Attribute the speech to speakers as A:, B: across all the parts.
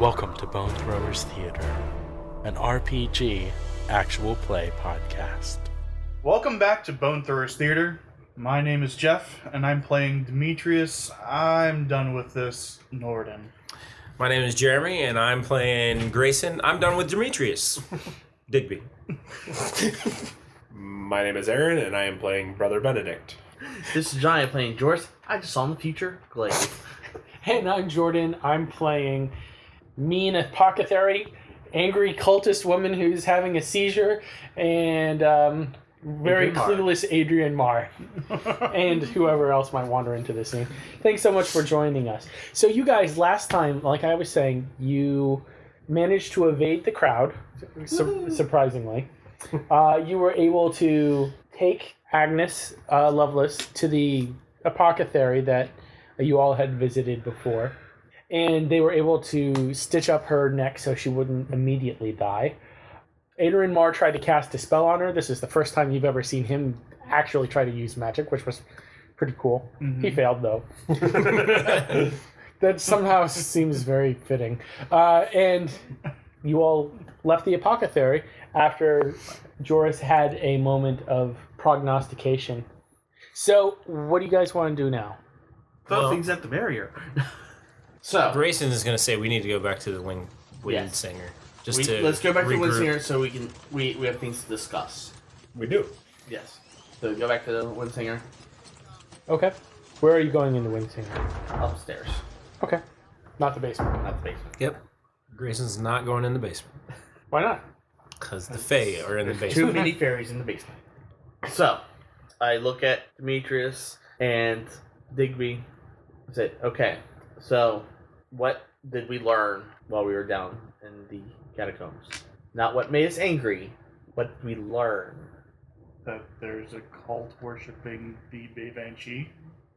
A: Welcome to Bone Throwers Theater, an RPG actual play podcast.
B: Welcome back to Bone Throwers Theater. My name is Jeff, and I'm playing Demetrius. I'm done with this Norden.
C: My name is Jeremy, and I'm playing Grayson. I'm done with Demetrius. Digby.
D: My name is Aaron, and I am playing Brother Benedict.
E: This is Johnny playing Jorth. I just saw in the future. Glaive.
F: And I'm Jordan. I'm playing mean apothecary, angry cultist woman who's having a seizure, and um, very
E: Adrian Marr.
F: clueless Adrian Marr, and whoever else might wander into this scene. Thanks so much for joining us. So, you guys, last time, like I was saying, you managed to evade the crowd, sur- surprisingly. Uh, you were able to take Agnes uh, Lovelace to the apothecary that you all had visited before and they were able to stitch up her neck so she wouldn't immediately die. Adrian Marr tried to cast a spell on her. This is the first time you've ever seen him actually try to use magic, which was pretty cool. He failed though. that somehow seems very fitting. Uh, and you all left the apothecary after Joris had a moment of prognostication. So, what do you guys want to do now?
E: Throw
C: Well-
E: things at the barrier. so
C: Grayson is going to say we need to go back to the wing, wind
E: Yes.
C: singer. Just
E: we,
C: to
E: let's go back to
C: regroup.
E: Woods here so we can we, we have things to discuss.
D: We do.
E: Yes. So go back to the Windsinger
F: Okay. Where are you going in the wind singer?
E: upstairs,
F: Okay. Not the basement.
E: not the basement.
C: Yep. Grayson's not going in the basement
F: Why not?
C: because the Fae are in the
E: Too
C: basement.
E: many fairies in the basement. So I look at Demetrius and Digby. I said, "Okay, so what did we learn while we were down in the catacombs? Not what made us angry. What did we learn?
B: That there's a cult worshipping the Banshee.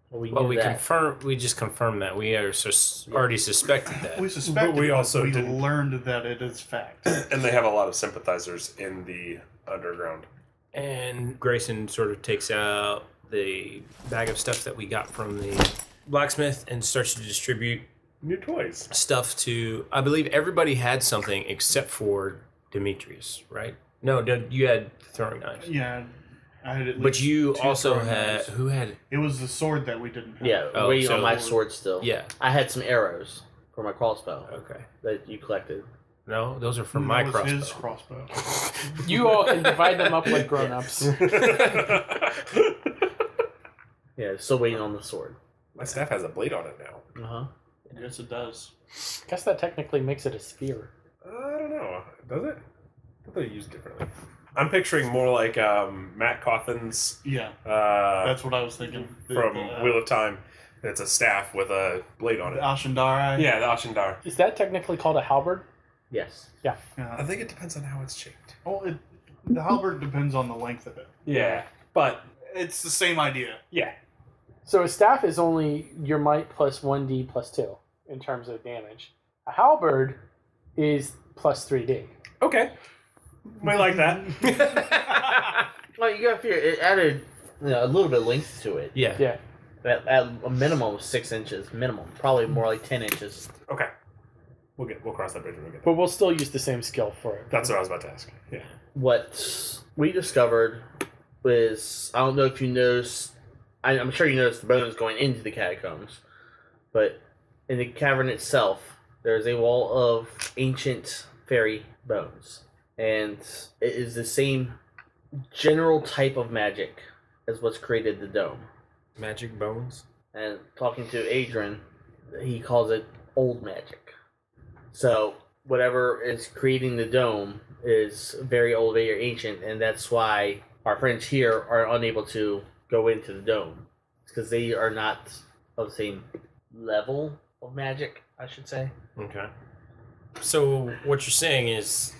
E: Well, we
C: Well,
E: knew
C: we
E: that.
C: confirm. We just confirmed that we are sus- already suspected that.
B: We suspect,
D: But we also
B: we
D: didn't-
B: learned that it is fact.
D: And they have a lot of sympathizers in the underground.
C: And Grayson sort of takes out the bag of stuff that we got from the blacksmith and starts to distribute
D: New toys.
C: stuff to. I believe everybody had something except for Demetrius, right? No, did- you had throwing knives.
B: yeah, I had at
C: But
B: least
C: you
B: two
C: also
B: throwing
C: had
B: knives.
C: who had
B: It was the sword that we didn't have.
E: Yeah,
C: Oh,
E: waiting
C: so-
E: on my sword still.
C: yeah
E: I had some arrows for my crossbow
C: okay
E: that you collected.
C: no those are from
B: That
C: my
B: was
C: crossbow.
B: His crossbow.
F: You all can divide them up like grown-ups.
E: Yeah, still waiting on the sword.
D: My staff has a blade on it now.
E: Uh
C: Uh-huh.
E: huh.
B: yes, it does.
F: guess that technically makes it a sphere.
D: I don't know. Does it? I thought they used differently. I'm picturing more like um, Matt Cawthon's
B: Yeah,
D: uh,
B: that's what I was thinking. The-
D: from
B: the, uh,
D: Wheel of Time. It's a staff with a blade on
B: the
D: it.
B: Ashandara.
D: Yeah, the Ashendar.
F: Is that technically called a halberd?
E: Yes.
B: Yeah.
D: I think it depends on how it's shaped.
B: Well, it, the halberd depends on the length of it.
D: Yeah, but
B: It's the same idea.
D: yeah,
F: So a staff is only your might plus 1d plus 2 in terms of damage. A halberd is plus 3d.
D: okay. We like that.
E: Well, you gotta figure it added you know, a little bit of length to it.
C: yeah
F: Yeah.
E: At, at a minimum of six inches, minimum. Probably more like ten inches.
D: okay, we'll get we'll cross that bridge when we get there.
F: But we'll still use the same skill for it.
D: That's what I was about to ask. Yeah,
E: What we discovered was I don't know if you noticed. I, I'm sure you noticed the bones going into the catacombs, but in the cavern itself, there is a wall of ancient fairy bones, and it is the same general type of magic as what's created the dome.
C: magic bones
E: and talking to Adrian, he calls it old magic. So whatever is creating the dome is very old, very ancient, and that's why our friends here are unable to go into the dome because they are not of the same level of magic, I should say.
C: okay So what you're saying is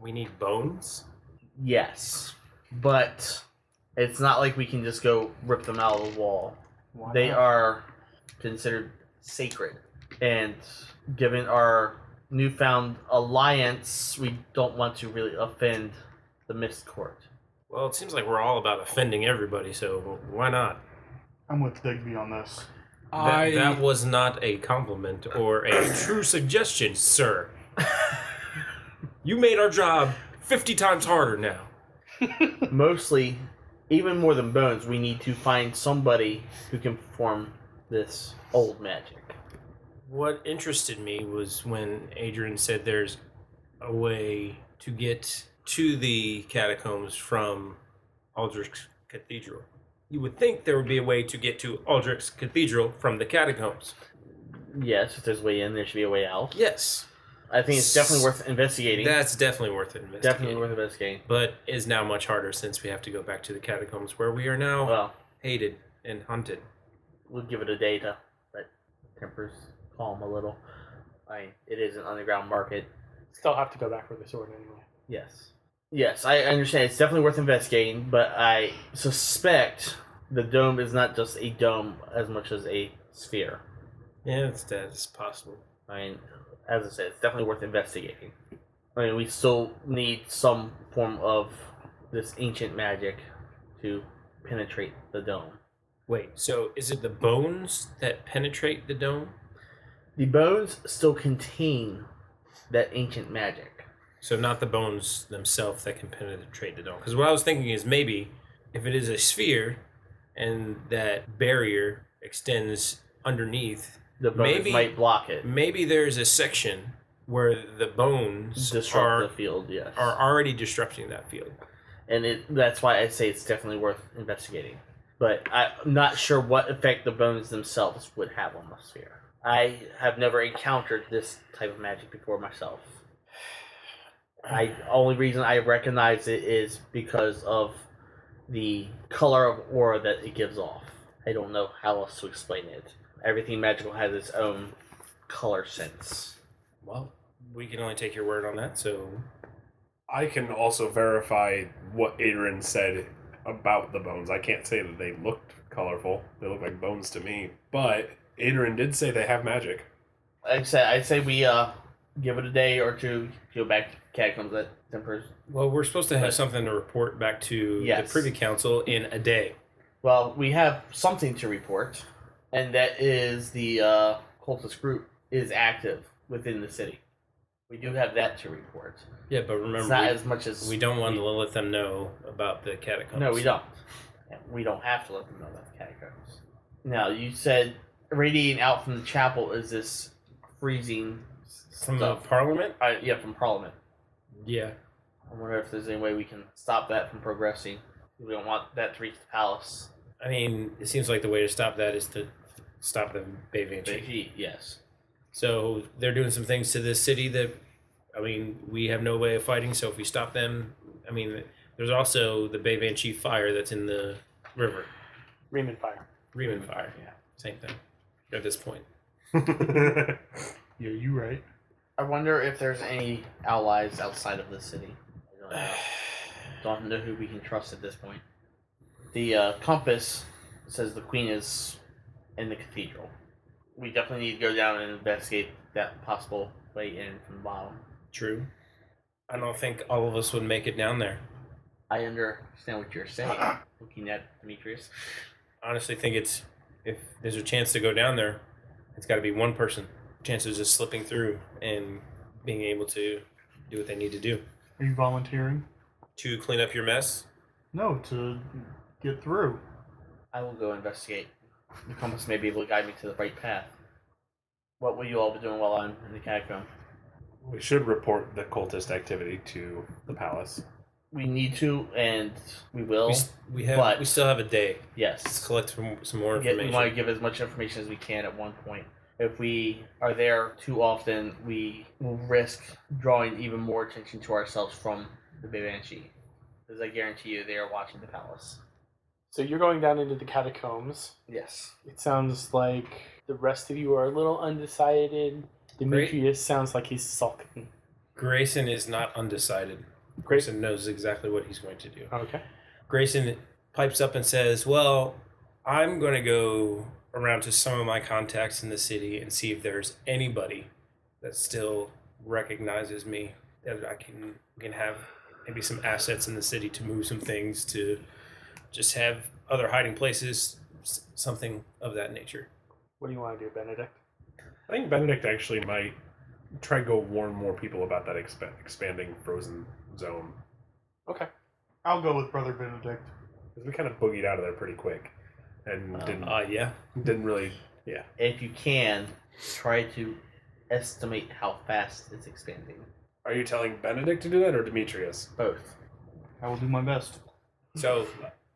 C: we need bones?
E: Yes, but it's not like we can just go rip them out of the wall.
F: Why
E: They
F: not?
E: are considered sacred, and given our newfound alliance, we don't want to really offend the Mist Court.
C: Well, it seems like we're all about offending everybody, so why not?
B: I'm with Digby on this.
C: That, that was not a compliment or a true suggestion, sir. you made our job 50 times harder now.
E: Mostly, even more than bones, we need to find somebody who can perform this old magic.
C: What interested me was when Adrian said there's a way to get to the catacombs from Aldrich's Cathedral. You would think there would be a way to get to Aldrich's Cathedral from the catacombs.
E: Yes, if there's a way in, there should be a way out.
C: Yes,
E: I think it's definitely worth investigating.
C: that's definitely worth it. investigating.
E: definitely worth investigating.
C: but is now much harder since we have to go back to the catacombs where we are now
E: Well,
C: hated and hunted.
E: we'll give it a day to let tempers calm a little. I it is an underground market.
F: Still have to go back with the sword anyway.
E: Yes. Yes, I understand. It's definitely worth investigating, but I suspect the dome is not just a dome as much as a sphere.
C: Yeah, that's, that's possible.
E: I mean, as I said, it's definitely worth investigating. I mean, we still need some form of this ancient magic to penetrate the dome.
C: Wait, so is it the bones that penetrate the dome?
E: The bones still contain that ancient magic.
C: So not the bones themselves that can penetrate the dome. Because what I was thinking is maybe if it is a sphere and that barrier extends underneath,
E: The bones
C: Maybe-
E: might block it,
C: maybe there's a section where the bones
E: disrupt
C: are,
E: the field. Yes,
C: are already disrupting that field.
E: and it, that's why I say it's definitely worth investigating. But I'm not sure what effect the bones themselves would have on the sphere. I have never encountered this type of magic before myself. I only reason I recognize it is because of the color of aura that it gives off. I don't know how else to explain it. Everything magical has its own color sense.
C: Well, we can only take your word on that, so
D: I can also verify what Adrian said about the bones. I can't say that they looked colorful. They look like bones to me. But Adrian did say they have magic.
E: Like I said, I'd say we uh, give it a day or two, go back to catacombs at Temper's.
C: Well, we're supposed to have something to report back to
E: Yes.
C: the Privy Council in a day.
E: Well, we have something to report, and that is the uh, cultist group is active within the city. We do have that to report.
C: Yeah, but
E: it's not
C: remember,
E: as much as
C: we, we don't want to let them know about the catacombs.
E: No, we don't. And We don't have to let them know about the catacombs. Now, you said radiating out from the chapel is this freezing
C: From the
E: stuff.
C: Parliament?
E: uh, yeah, from Parliament.
C: Yeah.
E: I wonder if there's any way we can stop that from progressing. We don't want that to reach the palace.
C: I mean, it seems like the way to stop that is to stop the Bay
E: But
C: Banshee.
E: he, yes.
C: So they're doing some things to this city that, I mean, we have no way of fighting. So if we stop them, I mean, there's also the Bay Banshee fire that's in the river.
F: Riemann fire.
C: Riemann fire. Yeah. Same thing at this point.
B: Yeah, you right.
E: I wonder if there's any allies outside of the city. I don't know. don't know who we can trust at this point. The uh, compass says the queen is in the cathedral. We definitely need to go down and investigate that possible way in from the bottom.
C: True. I don't think all of us would make it down there.
E: I understand what you're saying. Looking at Demetrius,
C: Honestly, think it's if there's a chance to go down there, it's got to be one person. Chances of just slipping through and being able to do what they need to do
B: Are you volunteering?
C: to clean up your mess.
B: No, to get through.
E: I will go investigate. The compass may be able to guide me to the right path. What will you all be doing while I'm in the catacomb?
D: we should report the cultist activity to the palace.
E: We need to, and we will.
C: We, s- we have
E: But-
C: we still have a day. Let's
E: yes.
C: collect some, some more
E: Get-
C: information.
E: We want to give as much information as we can at one point. If we are there too often, we will risk drawing even more attention to ourselves from the Big Banshee. Because I guarantee you, they are watching the palace.
F: So you're going down into the catacombs.
E: Yes.
F: It sounds like the rest of you are a little undecided. Demetrius sounds like he's sulking.
C: Grayson is not undecided. Grayson knows exactly what he's going to do.
F: Okay.
C: Grayson pipes up and says, Well, I'm going to go around to some of my contacts in the city and see if there's anybody that still recognizes me that I can can have maybe some assets in the city to move some things to just have other hiding places s- something of that nature.
F: What do you want to do, Benedict?
D: I think Benedict actually might try to go warn more people about that expa- expanding frozen zone
B: I'll go with Brother Benedict.
D: because we kind of boogied out of there pretty quick and didn't
C: Uh yeah.
D: didn't really.
E: If you can, try to estimate how fast it's expanding.
D: Are you telling Benedict to do that or Demetrius?
E: Both.
B: I will do my best.
C: So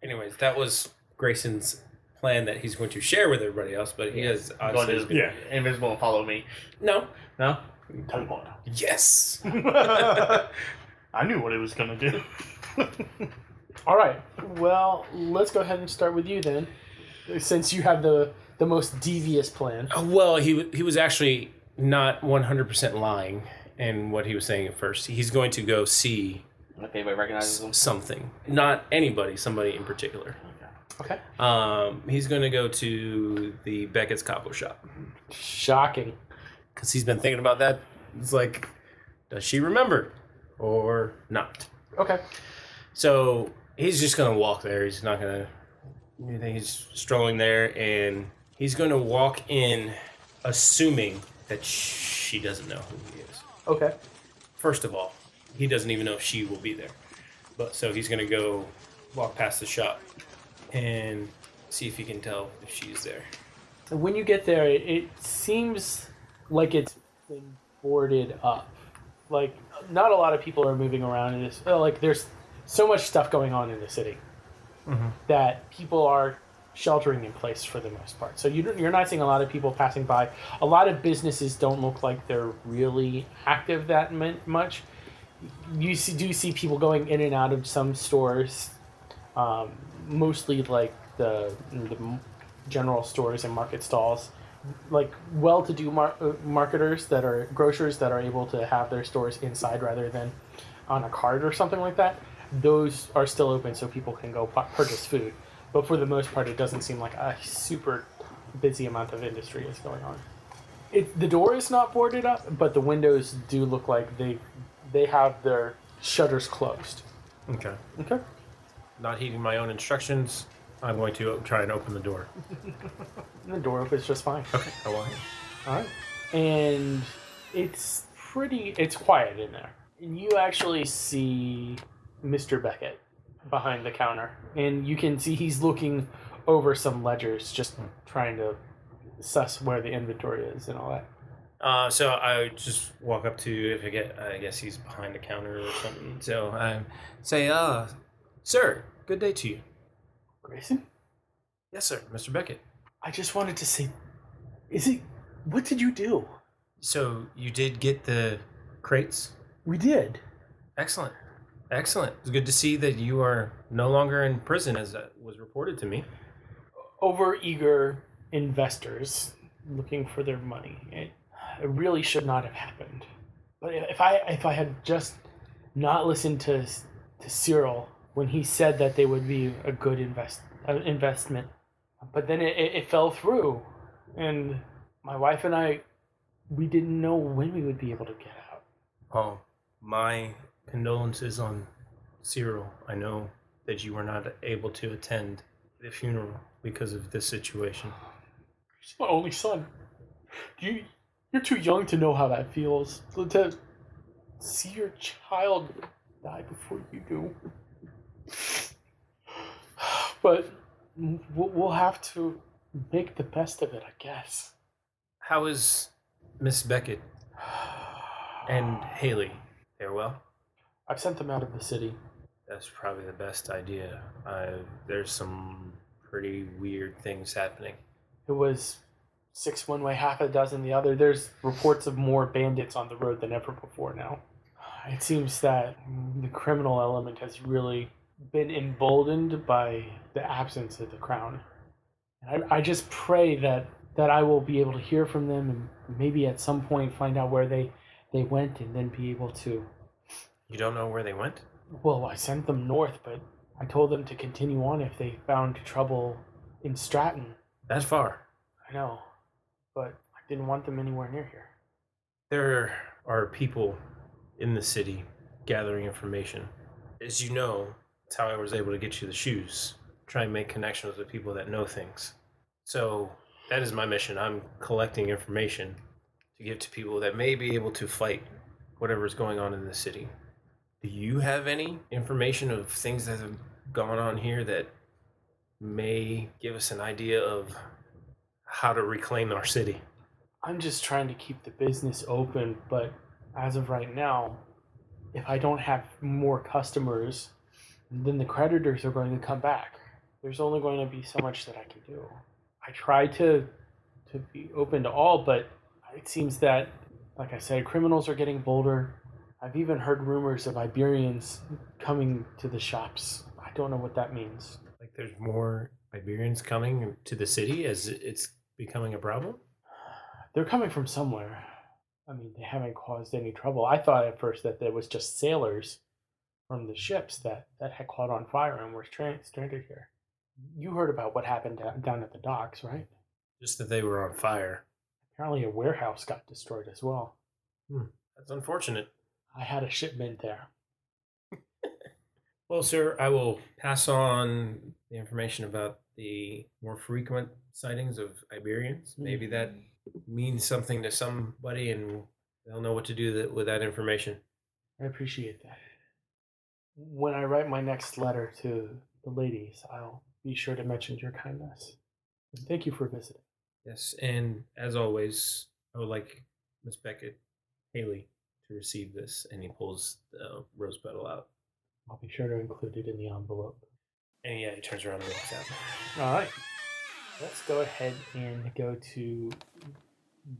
C: anyways, that was Grayson's plan that he's going to share with everybody else, but he has obviously
E: Go to- Uh, Invisible and follow me.
C: No.
E: No?
B: Teleport.
C: Yes.
B: I knew what he was gonna do.
F: All right. Well, let's go ahead and start with you then, since you have the the most devious plan.
C: Well, he w- he was actually not 100% lying in what he was saying at first. He's going to go see
E: If anybody recognizes
C: s-
E: them.
C: something, not anybody, somebody in particular.
F: Okay.
C: Um, he's going to go to the Beckett's Capo shop
F: Shocking.
C: because he's been thinking about that. It's like, does she remember or not?
F: Okay.
C: So he's just gonna walk there. He's not gonna. I think he's strolling there, and he's gonna walk in, assuming that she doesn't know who he is.
F: Okay.
C: First of all, he doesn't even know if she will be there. But so he's gonna go walk past the shop and see if he can tell if she's there.
F: And when you get there, it, it seems like it's been boarded up. Like not a lot of people are moving around in this. uh, Like there's so much stuff going on in the city that people are sheltering in place for the most part. So you, don't- you're not seeing a lot of people passing by. A lot of businesses don't look like they're really active that min- much. You see, do see people going in and out of some stores, um, mostly like the, the m- general stores and market stalls. Like well-to-do mar- uh, marketers that are grocers that are able to have their stores inside rather than on a cart or something like that, those are still open so people can go pu- purchase food. But for the most part, it doesn't seem like a super busy amount of industry is going on. It, the door is not boarded up, but the windows do look like they they have their shutters closed.
C: Okay.
F: Okay.
C: Not heeding my own instructions, I'm going to try and open the door.
F: And the door opens just fine.
C: Okay. I will.
F: All right. And it's pretty. It's quiet in there. And you actually see Mr. Beckett behind the counter, and you can see he's looking over some ledgers, just trying to suss where the inventory is and all that.
C: Uh, so I would just walk up to if I get I guess he's behind the counter or something. So I say, uh, sir, good day to you.
F: Grayson,
C: Yes, sir, Mr. Beckett.
F: I just wanted to say, is it? What did you do?
C: So you did get the crates?
F: We did.
C: Excellent. Excellent. It's good to see that you are no longer in prison as that was reported to me.
F: Overeager investors looking for their money. It, it really should not have happened. But if I if I had just not listened to to Cyril when he said that they would be a good invest uh, investment, but then it, it, it fell through, and my wife and I we didn't know when we would be able to get out.
C: Oh, my condolences on Cyril. I know that you were not able to attend the funeral because of this situation.
F: He's my only son. You you're too young to know how that feels. To- To see your child die before you do. But we'll we'll have to make the best of it, I guess.
C: How is Miss Beckett and Haley? They're well.
F: I've sent them out of the city.
C: That's probably the best idea. I, there's some pretty weird things happening.
F: It was six one way, half a dozen the other. There's reports of more bandits on the road than ever before now. It seems that the criminal element has really been emboldened by the absence of the crown. And I, I just pray that that I will be able to hear from them and maybe at some point find out where they they went and then be able to.
C: You don't know where they went?
F: Well, I sent them north, but I told them to continue on if they found trouble in Stratton.
C: That far.
F: I know, but I didn't want them anywhere near here.
C: There are people in the city gathering information. As you know, that's how I was able to get you the shoes. Try and make connections with people that know things. So that is my mission. I'm collecting information to give to people that may be able to fight whatever is going on in the city. Do you have any information of things that have gone on here that may give us an idea of how to reclaim our city?
F: I'm just trying to keep the business open, but as of right now, if I don't have more customers, then the creditors are going to come back. There's only going to be so much that I can do. I try to to be open to all, but it seems that, like I said, criminals are getting bolder. I've even heard rumors of Iberians coming to the shops. I don't know what that means.
C: Like there's more Iberians coming to the city as it's becoming a problem?
F: They're coming from somewhere. I mean, they haven't caused any trouble. I thought at first that there was just sailors from the ships that, that had caught on fire and were tra- stranded here. You heard about what happened down, down at the docks, right?
C: Just that they were on fire.
F: Apparently, a warehouse got destroyed as well.
C: That's unfortunate.
F: I had a shipment there.
C: Well, sir, I will pass on the information about the more frequent sightings of Iberians. Maybe that means something to somebody and they'll know what to do that, with that information.
F: I appreciate that. When I write my next letter to the ladies, I'll be sure to mention your kindness. And Thank you for visiting.
C: Yes, and as always, I would like Miss Beckett Haley to receive this. And he pulls the rose petal out.
F: I'll be sure to include it in the envelope.
C: And yeah, he turns around and walks out.
F: All right. Let's go ahead and go to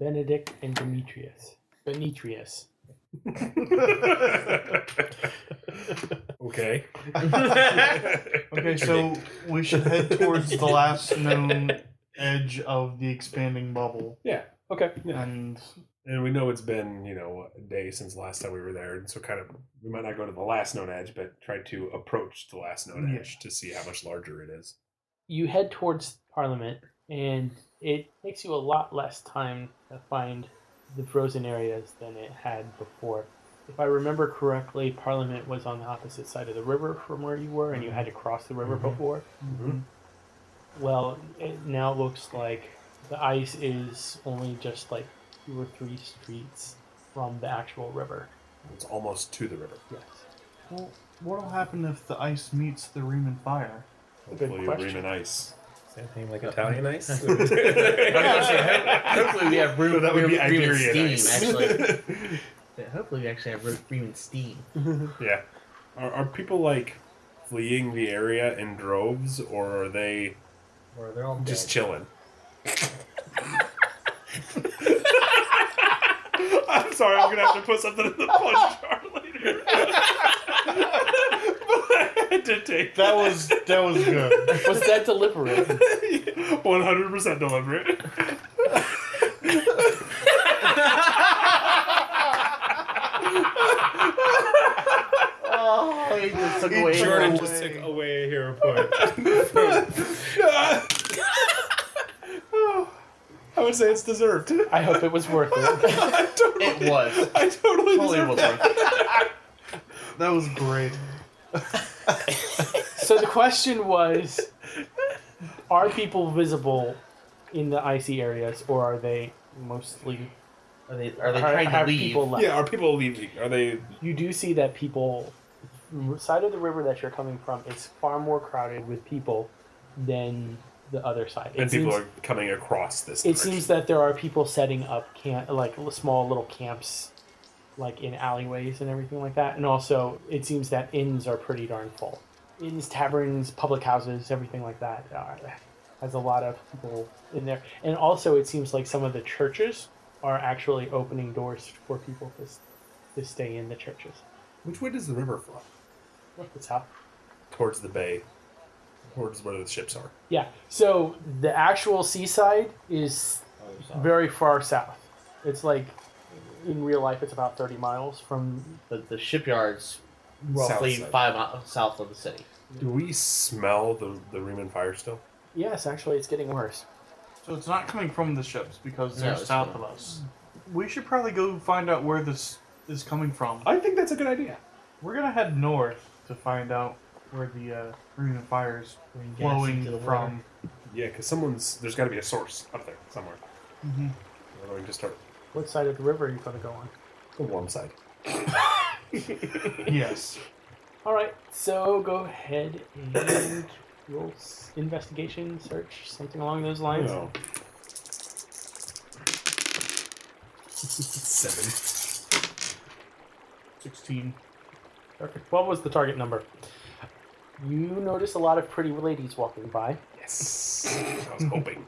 F: Benedict and Demetrius. Demetrius.
D: okay.
B: Okay, so we should head towards the last known edge of the expanding bubble.
D: Yeah.
F: Okay.
B: And
D: And we know it's been, you know, a day since the last time we were there, and so kind of we might not go to the last known edge, but try to approach the last known
B: Yeah.
D: edge to see how much larger it is.
F: You head towards Parliament, and it takes you a lot less time to find the frozen areas than it had before. If I remember correctly, Parliament was on the opposite side of the river from where you were, and you had to cross the river before. Well, it now looks like the ice is only just like two or three streets from the actual river.
D: It's almost to the river.
F: Yes.
B: well, what'll happen if the ice meets the Riemann fire?
F: a good
D: Hopefully,
F: question.
D: Ream and Ice.
C: Same thing like Italian ice?
E: Hopefully, we have room.
D: No, that would be
E: room- room and
D: Iberian ice.
E: steam, actually. Yeah, Hopefully, we actually have room room and steam.
D: yeah. Are, are people like fleeing the area in droves, or are they
C: Or they're all
D: just
C: dead.
D: chilling? I'm sorry, I'm gonna have to put something in the punch jar later. but I had to take
B: That was that was good.
F: Was that deliberate?
D: 100% deliberate.
E: Oh, he just took
B: He
E: away.
B: jerked.
C: Jordan just took away a hero point.
D: I would say it's deserved. I,
F: I hope it was worth it.
D: totally,
E: It was.
D: I totally
E: Totally
D: deserve
E: was
D: that.
E: worth it.
B: That was great.
F: So the question was Are people visible in the icy areas, or are they mostly.
E: Are they, are they
F: Are,
E: trying to
F: have
E: leave?
F: people left?
D: Yeah, are people leaving? Are they?
F: You do see that people. Side of the river that you're coming from is far more crowded with people than the other side. It
D: And people
F: seems-
D: are coming across this.
F: it seems that there are people setting up camp like l- small little camps like in alleyways and everything like that and also it seems that inns are pretty darn full inns taverns public houses everything like that are, has a lot of people in there and also it seems like some of the churches are actually opening doors for people to, s- to stay in the churches
D: Which way does the river flow?
F: look this up
D: Towards the bay. towards where the ships are.
F: Yeah. So the actual seaside is
E: Oh,
F: very far south. It's like in real life, it's about thirty miles from.
E: But the shipyard's roughly
D: Roughly
E: five miles south of the city.
D: Do we smell the the Riemann fire still?
F: Yes, actually, it's getting worse.
B: So it's not coming from the ships because
E: No,
B: they're
E: it's
B: south
E: from-
B: of us. We should probably go find out where this is coming from.
D: I think that's a good idea.
B: We're gonna head north to find out where the uh, green fire is
E: Bring gas
B: flowing
E: into the water.
B: from.
D: Yeah, because someone's there's got to be a source up there somewhere.
B: Mhm.
D: Or do we just start
F: What side of the river are you going to go on?
D: the warm side.
B: Yes.
F: All right. So go ahead and roll s- investigation, search, something along those lines.
D: No. Seven.
B: 16.
F: Perfect. What was the target number? You notice a lot of pretty ladies walking by,
D: Yes. I was hoping.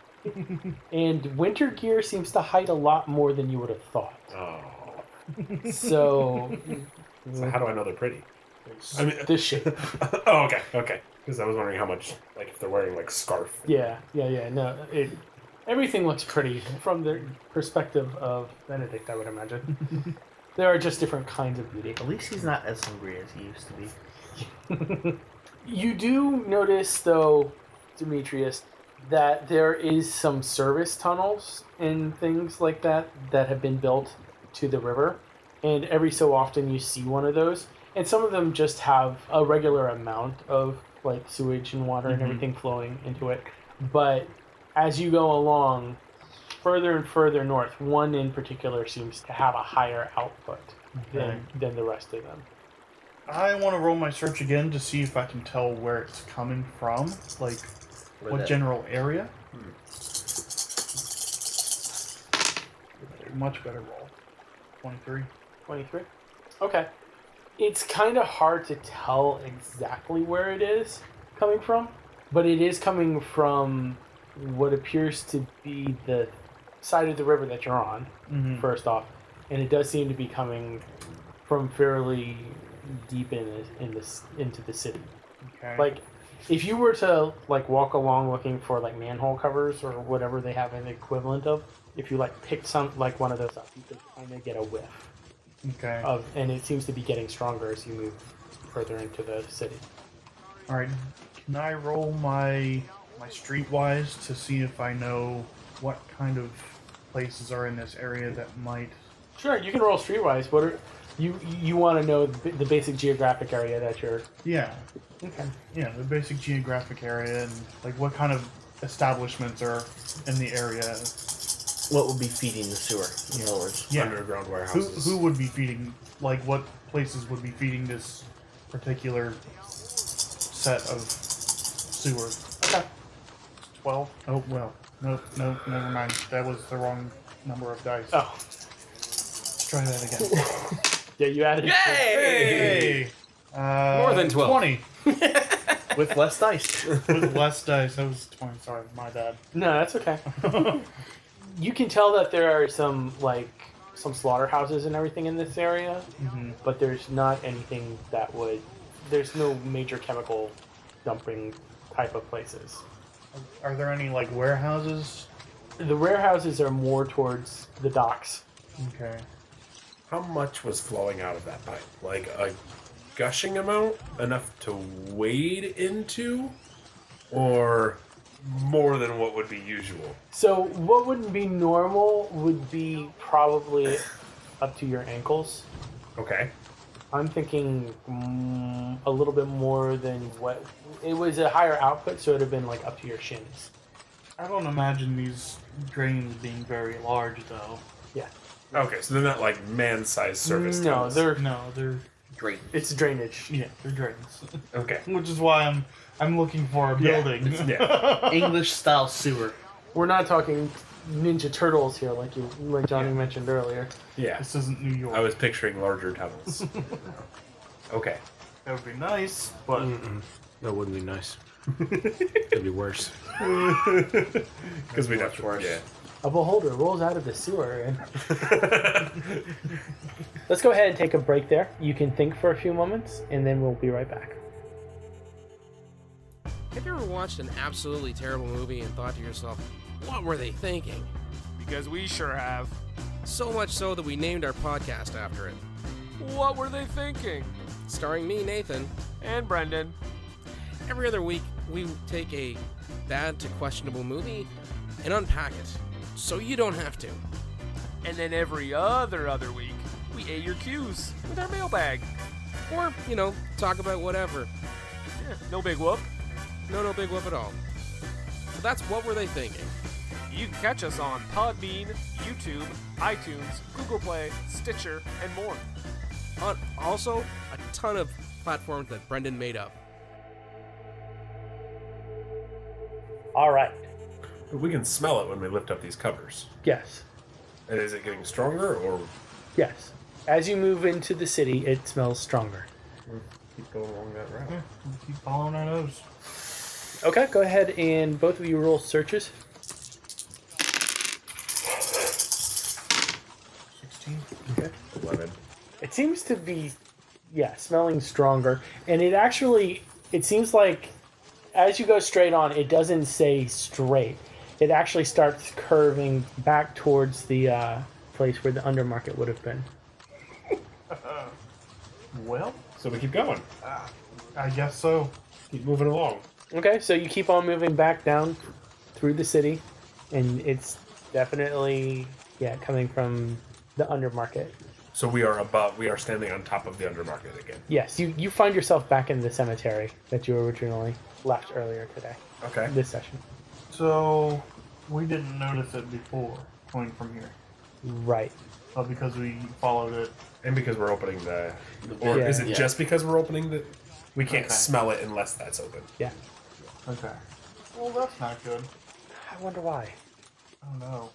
F: and winter gear seems to hide a lot more than you would have thought.
D: Oh.
F: So,
D: So how do I know they're pretty? I mean,
F: this shit.
D: oh, okay, okay. Because I was wondering how much, like, if they're wearing like scarf.
F: Yeah, yeah, yeah. No, it, everything looks pretty from the perspective of Benedict, I would imagine. there are just different kinds of beauty.
E: At least he's not as hungry as he used to be.
F: You do notice, though, Demetrius, that there is some service tunnels and things like that that have been built to the river, and every so often you see one of those, and some of them just have a regular amount of like sewage and water and
B: Mhm.
F: everything flowing into it, but as you go along, further and further north, one in particular seems to have a higher output than than the rest of them.
B: I want to roll my search again to see if I can tell where it's coming from, like
E: Where
B: what
E: that- Hmm.
B: general area. Much better roll. 23.
F: 23. Okay. It's kind of hard to tell exactly where it is coming from, but it is coming from what appears to be the side of the river that you're on,
B: Mm-hmm.
F: first off, and it does seem to be coming from fairly deep in, the- in this into the city.
B: Okay.
F: Like if you were to like walk along looking for like manhole covers or whatever they have an equivalent of, if you like picked some like one of those up, you could kind of get a whiff
B: okay.
F: of, and it seems to be getting stronger as you move further into the city.
B: All right. Can I roll my my streetwise to see if I know what kind of places are in this area that might?
F: Sure, you can roll streetwise. What are you you want to know the, the basic geographic area that you're?
B: Yeah.
F: Okay.
B: Yeah. The basic geographic area and like what kind of establishments are in the area.
E: What would be feeding the sewer? In other words.
B: Yeah.
D: Underground
B: Who
D: warehouses.
B: who would be feeding? Like what places would be feeding this particular set of sewer?
F: Okay.
B: Twelve. Oh well. Nope. Nope. Never mind. That was the wrong number of dice.
F: Oh,
B: Try that again.
F: yeah, you added.
B: Hey! Uh,
C: More than 12.
B: 20.
E: With less dice.
B: With less dice, that was 20. Sorry, my bad.
F: No, that's okay. You can tell that there are some like some slaughterhouses and everything in this area,
B: hmm
F: but there's not anything that would. There's no major chemical dumping type of places.
B: Are there any, like, warehouses?
F: The warehouses are more towards the docks.
B: Okay.
D: How much was flowing out of that pipe? Like a gushing amount, enough to wade into, or more than what would be usual?
F: So what wouldn't be normal would be probably up to your ankles.
D: Okay.
F: I'm thinking mm, a little bit more than what it was a higher output, so it'd have been like up to your shins.
B: I don't imagine these drains being very large, though.
D: Okay, so they're not like man-sized service.
F: no,
D: tunnels.
F: they're
B: No, they're,
E: Great.
F: it's drainage.
B: yeah, they're drains.
D: okay.
B: Which is why I'm, I'm looking for a
D: Yeah,
B: building.
D: it's- yeah.
E: English style sewer.
F: We're not talking Ninja Turtles here, like you, like Johnny mentioned earlier.
D: Yeah,
B: this isn't New York.
D: I was picturing larger tunnels. okay.
B: that would be nice, but
C: That wouldn't be nice. It'd be worse.
D: Because we'd have to worse.
F: A beholder rolls out of the sewer and
D: Yeah.
F: Let's go ahead and take a break there. You can think for a few moments, and then we'll be right back. Have you ever
G: watched an absolutely terrible movie and thought to yourself, what were they thinking?
H: Because we sure have.
G: So much so that we named our podcast after it.
H: What were they thinking?
G: Starring me, Nathan.
H: And Brendan.
G: Every other week, we take a bad to questionable movie and unpack it so you don't have to.
H: And then every other other week, we A your cues with our mailbag.
G: Or, you know, talk about whatever.
H: Yeah, no big whoop.
G: No, no big whoop at all. So that's what were they thinking?
H: You can catch us on Podbean, YouTube, iTunes, Google Play, Stitcher, and more.
G: On also a ton of platforms that Brendan made up.
F: All right.
D: But we can smell it when we lift up these covers.
F: Yes.
D: And is it getting stronger or
F: Yes. As you move into the city, it smells stronger.
D: keep going along that route?
B: Keep following our nose.
F: Okay, go ahead and both of you roll searches.
B: 16.
D: Eleven.
F: It seems to be, yeah, smelling stronger. And it actually, it seems like as you go straight on, it doesn't say straight. It actually starts curving back towards the uh, place where the undermarket would have been.
B: Well,
D: So we keep going.
B: I guess so.
D: Keep moving along.
F: Okay, so you keep on moving back down through the city, and it's definitely, yeah, coming from the undermarket.
D: So we are above we are standing on top of the undermarket again.
F: Yes, you, you find yourself back in the cemetery that you originally left earlier today,
D: Okay.
F: this session.
B: So, we didn't notice it before going from here.
F: Right.
B: But because we followed it,
D: And because we're opening the or is it
E: Yeah.
D: just because we're opening the we can't
B: Okay.
D: smell it unless that's open.
F: Yeah.
B: okay. Well, that's not good.
F: I wonder why.
B: I don't know.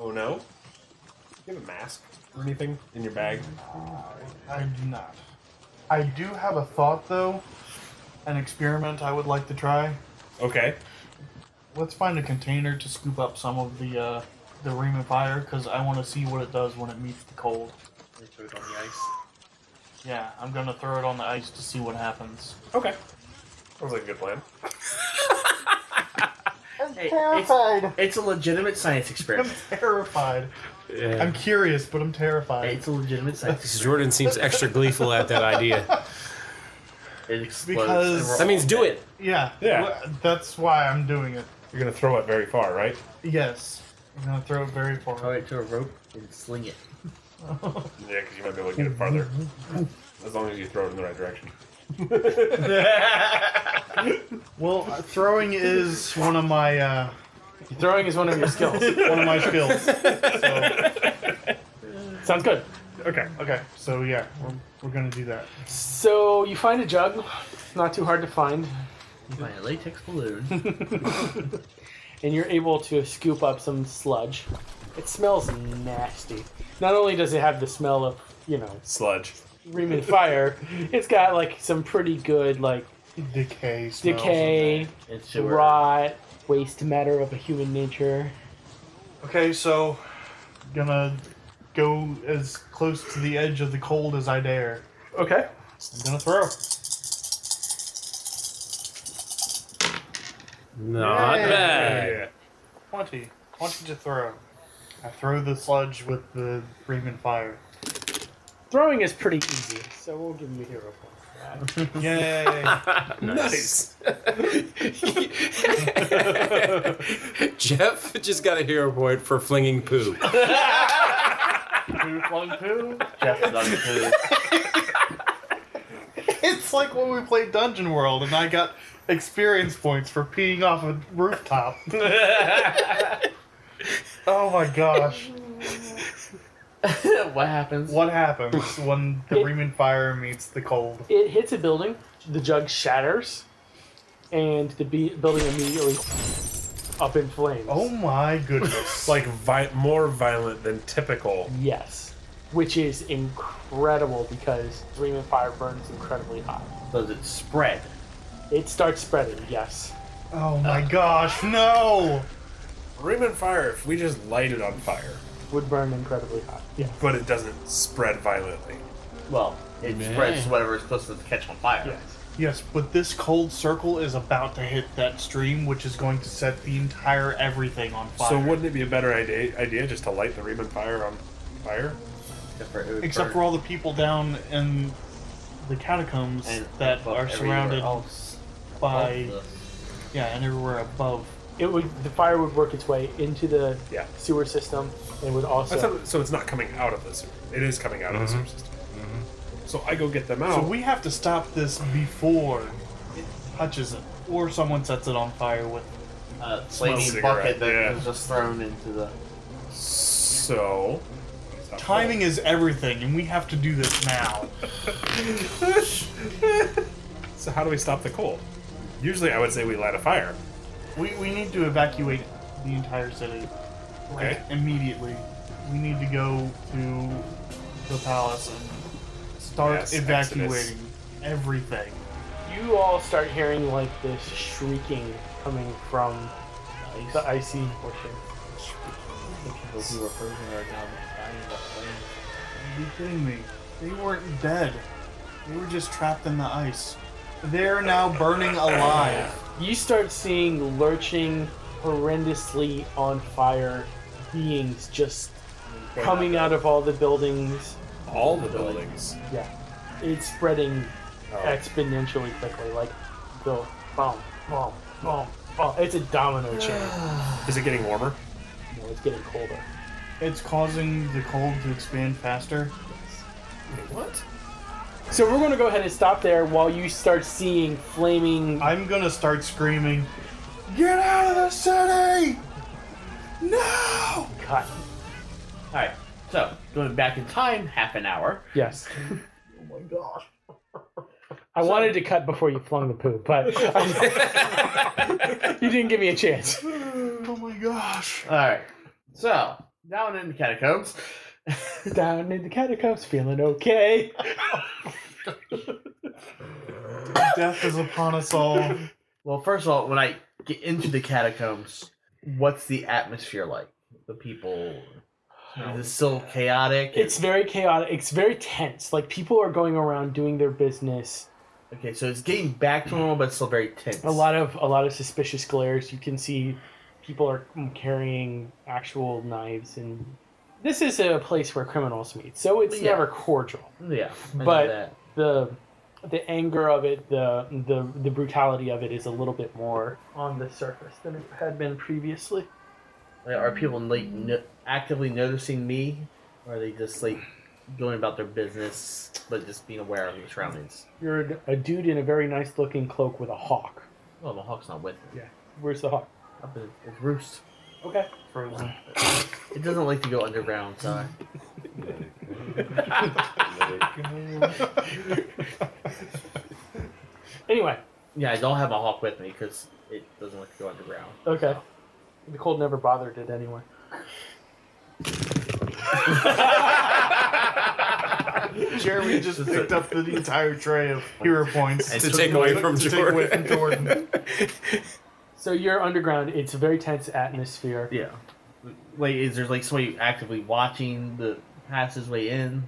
D: Oh no? Do you have a mask or anything in your bag?
B: I do not. I do have a thought, though, an experiment I would like to try.
D: Okay.
B: Let's find a container to scoop up some of the uh, the ream of fire because I want to see what it does when it meets the cold.
D: Put it on the ice.
B: Yeah, I'm gonna throw it on the ice to see what happens.
D: Okay. Sounds like a good plan.
E: Terrified. It's a legitimate science experiment.
B: Terrified.
C: Yeah.
B: I'm curious, but I'm terrified
E: It's a legitimate science experiment.
C: Jordan seems extra gleeful at that idea.
E: It explodes.
B: Because-
E: and we're
C: That means
E: all
C: do
E: dead.
C: it.
B: Yeah,
D: Yeah.
B: wh- That's why I'm doing it.
D: You're gonna throw it very far, right?
B: Yes, I'm gonna throw it very
E: Tie
B: far.
E: it to a rope and sling it.
D: Yeah, because you might be able to get it farther. As long as you throw it in the right direction.
B: Well, uh, throwing is one of my uh,
F: Throwing is one of your skills.
B: one of my skills.
F: Sounds good.
D: Okay.
B: Okay, so yeah, we're, we're gonna do that.
F: So you find a jug, not too hard to find,
E: By a latex balloon.
F: and you're able to scoop up some sludge. It smells nasty. Not only does it have the smell of, you know,
D: Sludge.
F: ream and fire, it's got like some pretty good like
B: Decay. Smells
F: decay,
E: and sewer.
F: rot, waste matter of a human nature.
B: Okay, so gonna go as close to the edge of the cold as I dare.
F: Okay.
B: I'm gonna throw.
C: Not bad.
D: Yeah.
B: Twenty. Twenty to throw. I throw the sludge with the Freeman fire.
F: Throwing is pretty easy, so we'll give you a hero point.
B: Yay!
D: Nice.
C: Jeff just got a hero point for flinging poo.
B: poo flung poo.
E: Jeff done too.
B: It's like when we played Dungeon World and I got experience points for peeing off a rooftop. oh my gosh.
E: what happens?
B: What happens when the Freeman fire meets the cold?
F: It hits a building, the jug shatters, and the be- building immediately up in flames.
B: Oh my goodness.
D: like vi- more violent than typical.
F: Yes, which is incredible because Dream and Fire burns incredibly hot.
E: Does it spread?
F: It starts spreading, yes.
B: Oh my gosh, no!
D: Raymond fire. If we just light it on fire,
F: Would burn incredibly hot. Yeah.
D: but it doesn't spread violently.
E: Well, it spreads whatever is close to catch on fire.
F: Yes.
B: Yes, but this cold circle is about to hit that stream, which is going to set the entire everything on fire.
D: So wouldn't it be a better idea, idea just to light the Riemann fire on fire?
E: Except for, it would
B: Except
E: burn
B: for all the people down in the catacombs
E: and
B: that
E: above
B: are
E: everywhere
B: surrounded
E: else.
B: by
E: Above
B: yeah, and everywhere above.
F: It would the fire would work its way into the
D: Yeah.
F: sewer system and would also
D: That's not, so it's not coming out of the sewer. It is coming out of the sewer system. Mm-hmm. So I go get them out.
B: So we have to stop this before it touches it, or someone sets it on fire with.
E: the, uh, flaming
D: cigarette,
E: bucket that
D: yeah.
E: was just thrown into the.
D: so
B: Timing is everything, and we have to do this now.
D: so how do we stop the cold? Usually I would say we light a fire.
B: We, we need to evacuate the entire city. Like,
D: Okay.
B: immediately. We need to go to the palace and start
D: Yes,
B: evacuating
D: Exodus.
B: everything.
F: you all start hearing like this shrieking coming from the icy portion.
E: Those who were frozen are now dying of flame.
B: Are you kidding me? They weren't dead. They were just trapped in the ice. They're now burning alive.
F: You start seeing lurching, horrendously on fire beings just coming out of all the buildings.
D: all the buildings.
F: Yeah, it's spreading
D: Oh.
F: exponentially quickly. Like, go boom, boom, boom, boom. It's a domino chain.
D: Is it getting warmer?
F: You know, it's getting colder.
B: It's causing the cold to expand faster.
D: What?
F: So we're gonna go ahead and stop there while you start seeing flaming.
B: I'm gonna start screaming, Get out of the city! No!
F: cut.
E: Alright, so going back in time, half an hour.
F: Yes.
E: Oh my gosh.
F: I wanted to cut before you flung the poo, but you didn't give me a chance.
B: Oh my gosh.
E: Alright, so down in the catacombs.
F: Down in the catacombs, feeling okay.
B: Death is upon us all.
E: Well, first of all, when I get into the catacombs, what's the atmosphere like? The people. Is it still chaotic?
F: It's very chaotic. It's very tense. Like people are going around doing their business.
E: okay, so it's getting back to normal, but it's still very tense.
F: A lot of a lot of suspicious glares. You can see people are carrying actual knives, and this is a place where criminals meet. So it's
E: Yeah.
F: never cordial.
E: Yeah, I know
F: But-
E: that.
F: the the anger of it, the the the brutality of it is a little bit more on the surface than it had been previously.
E: Like, are people like no- actively noticing me, or are they just like going about their business but just being aware of their surroundings?
F: You're a, a dude in a very nice looking cloak with a hawk.
E: Well, the hawk's not with me.
F: Where's the hawk?
E: Up in its roost.
F: Okay.
B: Frozen.
E: It doesn't like to go underground, so I-
F: Anyway,
E: yeah, I don't have a hawk with me because it doesn't like to go underground.
F: okay. The cold never bothered it anyway.
B: Jeremy just picked up the entire tray of hero points
E: And
G: to
E: took
G: take
E: my-
G: away from
B: to take
G: Jordan.
B: away from Jordan.
F: So you're underground. It's a very tense atmosphere.
E: Yeah. Like, is there like somebody actively watching the passes way in?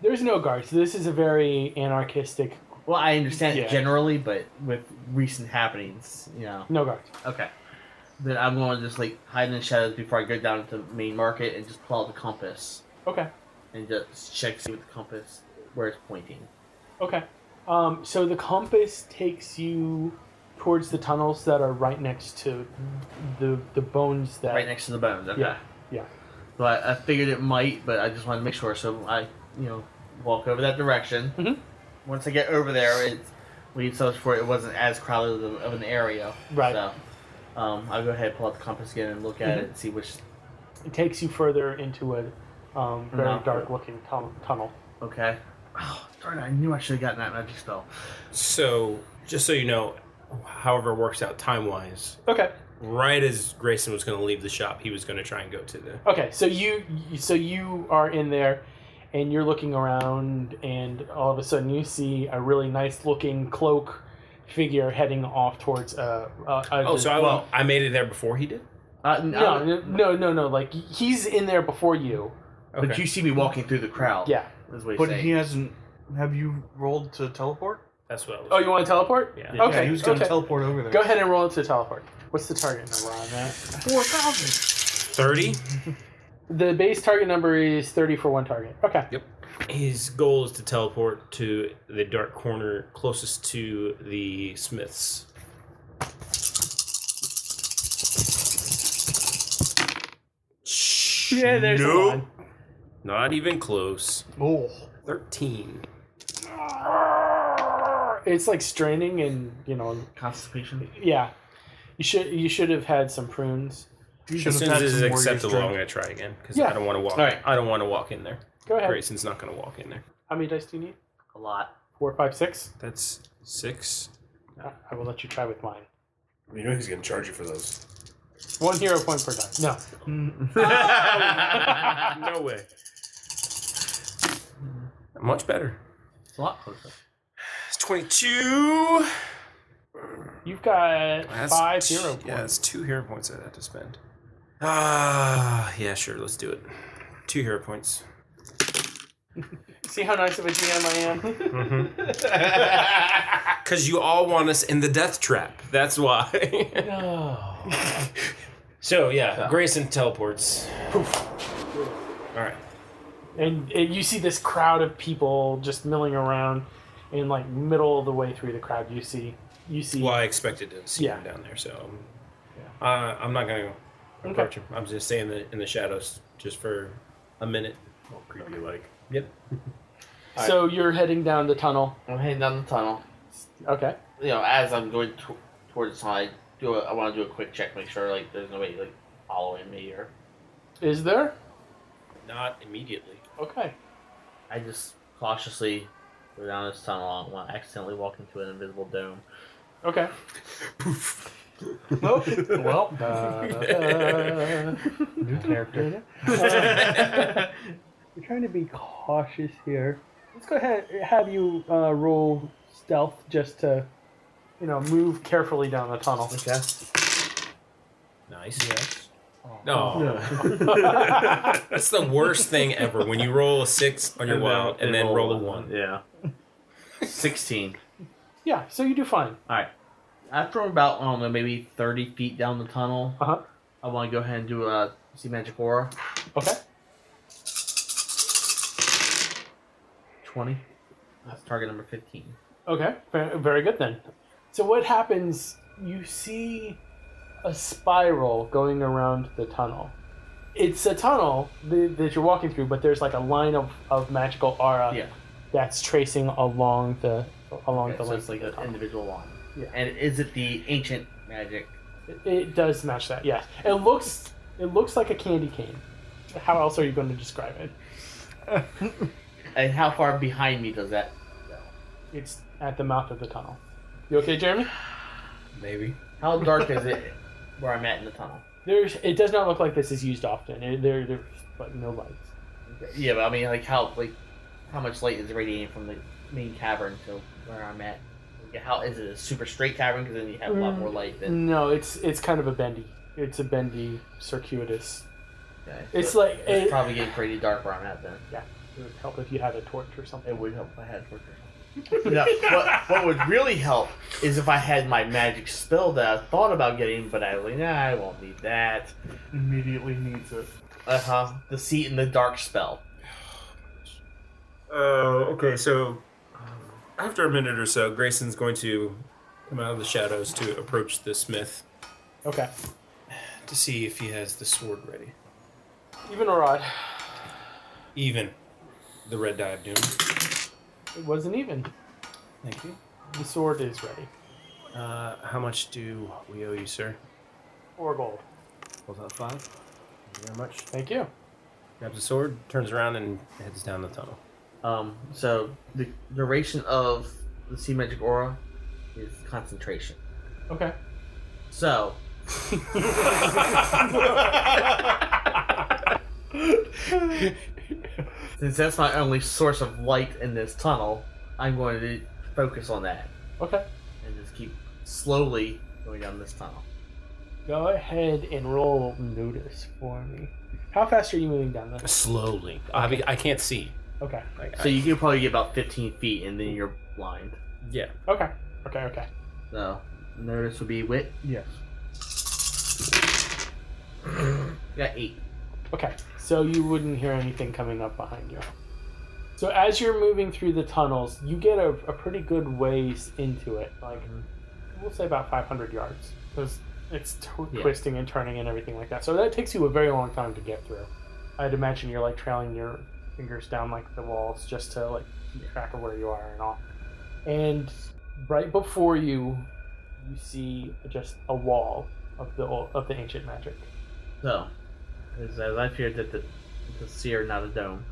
F: There's no guards. This is a very anarchistic.
E: Well, I understand
F: Yeah.
E: generally, but with recent happenings, you know.
F: No guards.
E: Okay. Then I'm going to just like hide in the shadows before I go down to the main market and just pull out the compass
F: Okay.
E: and just check see with the compass where it's pointing.
F: Okay. Um, so the compass takes you towards the tunnels that are right next to the the bones that
E: Right next to the bones. Okay.
F: Yeah, yeah.
E: But I figured it might, but I just wanted to make sure. So I, you know, walk over that direction.
F: Mhm.
E: Once I get over there, it we searched for it wasn't as crowded of, of an area.
F: Right. Mm-hmm.
E: So um, I'll go ahead and pull out the compass again and look at it and see which.
F: It takes you further into a um, very
E: No.
F: dark looking tun- tunnel.
E: Okay. Oh, darn! it, I knew I should have gotten that magic spell.
C: So, just so you know, however it works out time wise,
F: Okay.
C: right as Grayson was going to leave the shop, he was going to try and go to the.
F: Okay. So you you- so you are in there, and you're looking around, and all of a sudden you see a really nice looking cloak figure heading off towards a. a, a
C: Oh, so I,
E: Well-
C: I made it there before he did?
E: Uh, no,
F: no, no, no, no, no. Like he's in there before you.
E: but
C: Okay.
E: you see me walking through the crowd.
F: Yeah.
E: is what he's
B: But
E: saying.
B: he hasn't. Have you rolled to teleport?
C: That's what I was.
F: Oh, you want to teleport?
C: Yeah.
F: Okay.
B: yeah, he was going to
F: okay.
B: teleport over there.
F: Go ahead and roll it to teleport. What's the target number on that?
B: 4,000.
C: 30?
F: The base target number is 30 for one target. Okay.
C: His goal is to teleport to the dark corner closest to the Smiths.
F: Yeah, there's the
C: Nope.
F: one.
C: Not even close.
B: Oh.
C: 13.
F: It's like straining and, you know,
E: Constipation.
F: yeah. You should you should have had some prunes.
C: As soon as this is acceptable, I'm going to try again because
F: Yeah.
C: I don't want to walk.
E: All right.
C: I don't want to walk in there.
F: Go ahead.
C: Grayson's not going to walk in there.
F: How many dice do you need?
E: A lot.
F: Four, five, six?
C: That's six.
F: Uh, I will let you try with mine.
D: You know he's gonna charge you for those.
F: One hero point per die. No.
C: no way. Much better.
E: It's a lot closer.
C: It's 22.
F: You've got five
C: t-
F: hero
C: Yeah,
F: points.
C: that's two hero points I'd have to spend. Ah, yeah, sure. Let's do it. Two hero points.
F: See how nice of a GM I am?
C: Because you all want us in the death trap. That's why.
F: no.
C: so, yeah, Grayson teleports. All right.
F: and, and you see this crowd of people just milling around and like middle of the way through the crowd you see you see
C: Well, I expected to see
F: Yeah.
C: him down there, so uh, I'm not going to approach him. I'm just staying in the, in the shadows just for a minute.
D: All creepy like.
C: Yep.
F: so you're heading down the tunnel
E: I'm heading down the tunnel.
F: okay
E: You know, as I'm going to- towards the tunnel, I do. A, I want to do a quick check, make sure like there's nobody like following me or.
F: is there
C: Not immediately.
F: okay
E: I just cautiously go down this tunnel. I want to accidentally walk into an invisible dome.
F: okay nope well da, da, da.
B: New character.
F: we're trying to be cautious here let's go ahead have you uh, roll stealth just to you know move carefully down the tunnel
E: Okay.
C: Nice. Yes. No.
F: yeah
C: That's the worst thing ever when you roll a six on your wild and then roll a one.
E: Yeah. Sixteen.
F: so you do fine
E: All right. After I'm about I don't know maybe thirty feet down the tunnel,
F: uh-huh
E: I want to go ahead and do a see magic aura
F: okay
E: twenty. That's target number fifteen.
F: Okay, ver- very good then. So what happens? You see a spiral going around the tunnel. It's a tunnel th- that you're walking through, but there's like a line of, of magical aura
E: Yeah.
F: that's tracing along the along
E: Okay,
F: the
E: so
F: length
E: it's like
F: of the
E: an
F: tunnel.
E: individual line.
F: Yeah.
E: And is it the ancient magic?
F: It- It does match that. Yes, it looks it looks like a candy cane. How else are you going to describe it?
E: And Uh, how far behind me does that? go?
F: It's at the mouth of the tunnel. You okay, Jeremy?
C: Maybe.
E: How dark is it where I'm at in the tunnel?
F: There's. It does not look like this is used often. It, there, there's like no lights.
E: Yeah, but I mean, like how like how much light is radiating from the main cavern to where I'm at? Like, How is it a super straight cavern? Because then you have a lot more light than.
F: No, it's it's kind of a bendy. It's a bendy, circuitous.
E: Okay.
F: It's
E: So
F: like
E: it's
F: it-
E: probably getting pretty dark where I'm at then.
F: It would help if you had a torch or something.
E: It would help if I had torch or something. no, what, what would really help is if I had my magic spell that I thought about getting, but I was like, nah, I won't need that.
B: Immediately needs it.
E: Uh huh. The seat in the dark spell.
C: Oh, okay. So um, after a minute or so, Grayson's going to come out of the shadows to approach the smith
F: Okay.
C: to see if he has the sword ready.
F: Even a rod.
C: Even the red die of doom.
F: It wasn't even.
C: Thank you.
F: The sword is ready.
C: Uh, how much do we owe you, sir?
F: Four gold.
C: Pulls out five. Thank you very much.
F: Thank you.
C: Grabs the sword, turns around, and heads down the tunnel.
E: Um, so the duration of the sea magic aura is concentration.
F: Okay.
E: So since that's my only source of light in this tunnel, I'm going to focus on that
F: Okay.
E: and just keep slowly going down this tunnel.
F: Go ahead and roll notice for me. How fast are you moving down this?
C: Slowly. I, mean, I can't see.
F: Okay.
C: Like,
E: So you can probably get about 15 feet, and then you're blind.
C: Yeah.
F: Okay. Okay. Okay.
E: So notice would be wit.
B: Yes.
E: You got eight.
F: Okay, so you wouldn't hear anything coming up behind you. So as you're moving through the tunnels, you get a, a pretty good ways into it. Like, we'll say about 500 yards. Because it's t-
E: Yeah.
F: twisting and turning and everything like that. So that takes you a very long time to get through. I'd imagine you're like trailing your fingers down like the walls just to like keep track of where you are and all. And right before you, you see just a wall of the old, of the ancient magic.
E: So, as, as I feared that the, the seer, not a dome.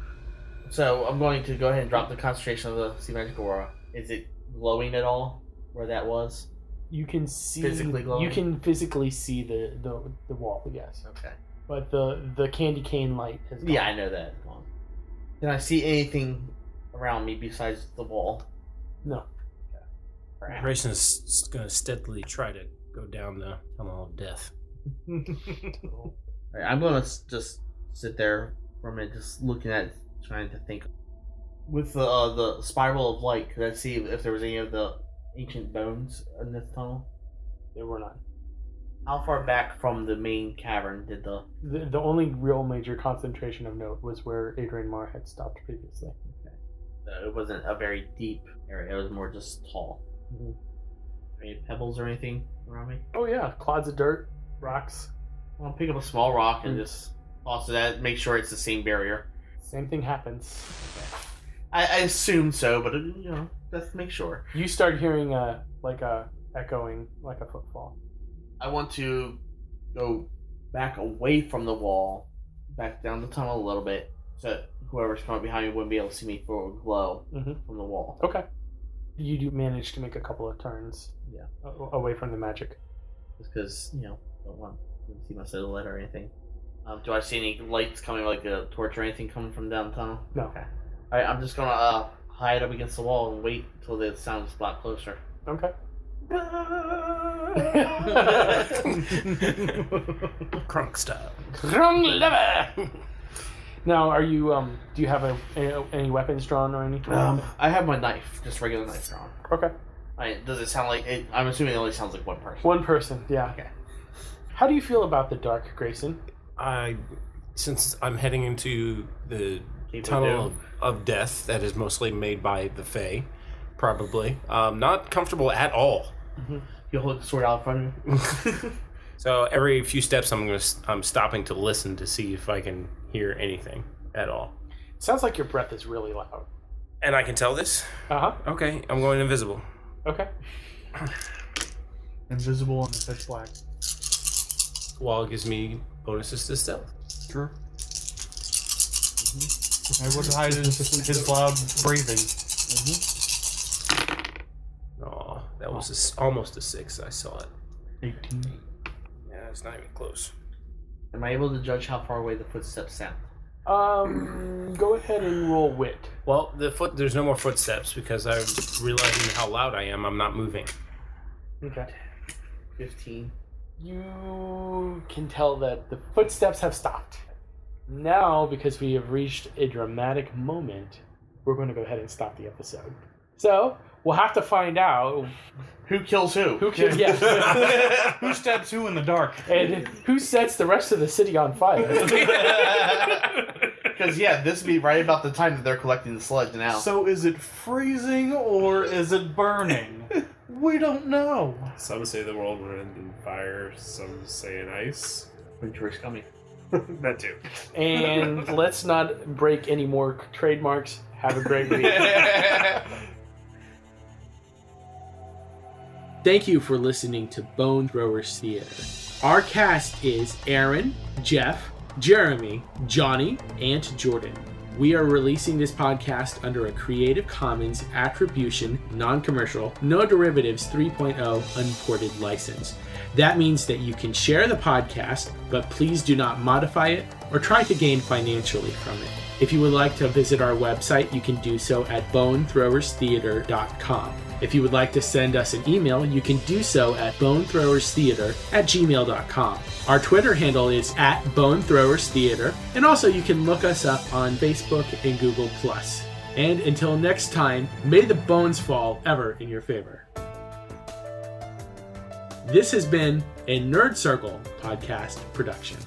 E: So I'm going to go ahead and drop the concentration of the sea magic aura. Is it glowing at all? Where that was?
F: you can see
E: Physically glowing?
F: you can physically see the, the the wall yes
E: Okay.
F: but the the candy cane light is gone.
E: Yeah, I know that. Can I see anything around me besides the wall?
F: no
E: Crap.
I: Grayson's s- gonna steadily try to go down the tunnel of death.
E: Alright, I'm gonna s- just sit there for a minute, just looking at, it, trying to think. With the uh, the spiral of light, could I see if there was any of the ancient bones in this tunnel?
F: there were none
E: How far back from the main cavern did the?
F: the, the only real major concentration of note was where adrian Mar had stopped previously
E: Uh, it wasn't a very deep area. It was more just tall.
F: Mhm.
E: Any pebbles or anything around me?
F: oh yeah clods of dirt rocks
E: I'll pick up a small rock and just toss it at. Make sure it's the same barrier.
F: same thing happens
E: I, I assume so, but uh, you know, let's make sure.
F: you start hearing a like a echoing like a footfall
E: I want to go back away from the wall, back down the tunnel a little bit, so whoever's coming behind me wouldn't be able to see me for a glow
F: Mhm.
E: from the wall.
F: okay you do manage to make a couple of turns
E: Yeah.
F: a- away from the magic
E: Just because, you know, don't want them to see my silhouette or anything. Um, do I see any lights coming, like a torch or anything coming from down the tunnel?
F: No.
E: Okay. Alright, I'm just gonna uh, hide up against the wall and wait until the sound is a lot closer.
F: okay
I: Crunk style.
F: Now, are you? Um, do you have a, a- any weapons drawn or anything?
E: um, I have my knife, just regular knife drawn.
F: okay,
E: Alright, does it sound like it? I'm assuming it only sounds like one person.
F: one person. Yeah.
E: Okay.
F: How do you feel about the dark, Grayson?
I: I, since I'm heading into the
E: Keep it
I: tunnel
E: down.
I: of, of death that is mostly made by the Fae, probably, um, not comfortable at all.
E: You Mm-hmm. hold the sword out in front of you.
I: so every few steps, I'm gonna s- I'm stopping to listen to see if I can hear anything at all.
F: sounds like your breath is really loud.
I: And I can tell this.
F: Uh huh.
I: Okay, I'm going invisible.
F: Okay.
B: Invisible and pitch black.
I: Wall gives me bonuses to stealth.
B: Sure. I would hide his, his loud breathing.
I: Oh, that was a s almost a six. I saw it.
B: 18.
I: Yeah, it's not even close.
E: Am I able to judge how far away the footsteps sound?
F: Um, go ahead and roll wit.
I: Well, the foot there's no more footsteps because I'm realizing how loud I am. I'm not moving.
F: Okay.
E: 15.
F: You can tell that the footsteps have stopped. Now, because we have reached a dramatic moment, we're going to go ahead and stop the episode. So we'll have to find out
E: Who kills who?
F: who can. Yeah.
B: Who stabs who in the dark?
F: And who sets the rest of the city on fire?
E: Because, yeah, this would be right about the time that they're collecting the sludge now.
B: So is it freezing or is it burning? we don't know.
D: Some say the world will end in fire, some say in ice.
E: Winter is coming.
D: that too.
F: And let's not break any more trademarks. Have a great week. Thank you for listening to Bone Throwers Theater. Our cast is Aaron, Jeff, Jeremy, Johnny, and Jordan. We are releasing this podcast under a Creative Commons Attribution, Non Commercial, No Derivatives 3.0 Unported license. That means that you can share the podcast, but please do not modify it or try to gain financially from it. If you would like to visit our website, you can do so at bonethrowerstheater.com. If you would like to send us an email, you can do so at bonethrowerstheater at gmail.com. Our Twitter handle is at bonethrowerstheater, and also you can look us up on Facebook and Google.
A: And until next time, may the bones fall ever in your favor. This has been a Nerd Circle podcast production.